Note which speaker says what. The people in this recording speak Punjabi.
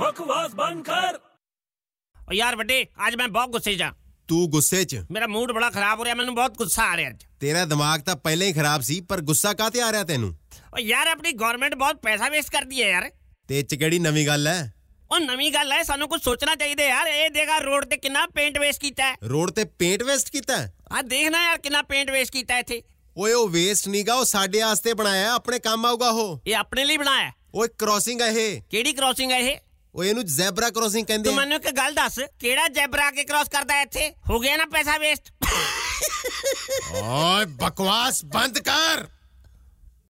Speaker 1: ਬਕਵਾਸ ਬੰਦ ਕਰ
Speaker 2: ਓ ਯਾਰ ਵੱਡੇ ਅੱਜ ਮੈਂ ਬਹੁਤ ਗੁੱਸੇ 'ਚ ਆ
Speaker 3: ਤੂੰ ਗੁੱਸੇ 'ਚ
Speaker 2: ਮੇਰਾ ਮੂਡ ਬੜਾ ਖਰਾਬ ਹੋ ਰਿਹਾ ਮੈਨੂੰ ਬਹੁਤ ਗੁੱਸਾ ਆ ਰਿਹਾ ਅੱਜ
Speaker 3: ਤੇਰਾ ਦਿਮਾਗ ਤਾਂ ਪਹਿਲਾਂ ਹੀ ਖਰਾਬ ਸੀ ਪਰ ਗੁੱਸਾ ਕਾਤੇ ਆ ਰਿਹਾ ਤੈਨੂੰ
Speaker 2: ਓ ਯਾਰ ਆਪਣੀ ਗਵਰਨਮੈਂਟ ਬਹੁਤ ਪੈਸਾ ਵੇਸਟ ਕਰਦੀ ਹੈ ਯਾਰ
Speaker 3: ਤੇ ਚ ਕਿਹੜੀ ਨਵੀਂ ਗੱਲ ਐ
Speaker 2: ਉਹ ਨਵੀਂ ਗੱਲ ਹੈ ਸਾਨੂੰ ਕੁਝ ਸੋਚਣਾ ਚਾਹੀਦਾ ਯਾਰ ਇਹ ਦੇਖਾ ਰੋਡ ਤੇ ਕਿੰਨਾ ਪੇਂਟ ਵੇਸਟ ਕੀਤਾ ਹੈ
Speaker 3: ਰੋਡ ਤੇ ਪੇਂਟ ਵੇਸਟ ਕੀਤਾ ਹੈ?
Speaker 2: ਆ ਦੇਖਣਾ ਯਾਰ ਕਿੰਨਾ ਪੇਂਟ ਵੇਸਟ ਕੀਤਾ ਹੈ ਇੱਥੇ
Speaker 3: ਓਏ ਉਹ ਵੇਸਟ ਗਾ ਉਹ ਸਾਡੇ ਵਾਸਤੇ ਬਣਾਇਆ ਹੈ, ਆਪਣੇ ਕੰਮ ਆਊਗਾ ਉਹ
Speaker 2: ਇਹ ਆਪਣੇ ਲਈ ਬਣਾਇਆ ਹੈ।
Speaker 3: ਓਏ ਕ੍ਰਾਸਿੰਗ ਐ ਇਹ
Speaker 2: ਕਿਹੜੀ ਕ੍ਰਾਸਿੰਗ ਹੈ ਇਹ
Speaker 3: ਓਏ ਇਹਨੂੰ ਜ਼ੈਬਰਾ ਕ੍ਰਾਸਿੰਗ ਕਹਿੰਦੇ
Speaker 2: ਤੂੰ
Speaker 3: ਆ।
Speaker 2: ਮੈਨੂੰ ਇੱਕ ਗੱਲ ਦੱਸ ਕਿਹੜਾ ਜੈਬਰਾ ਆ ਕੇ ਕ੍ਰਾਸ ਕਰਦਾ ਹੈ ਇੱਥੇ ਹੋ ਗਿਆ ਨਾ ਪੈਸਾ ਵੇਸਟ
Speaker 3: ਓਏ ਬਕਵਾਸ ਬੰਦ ਕਰ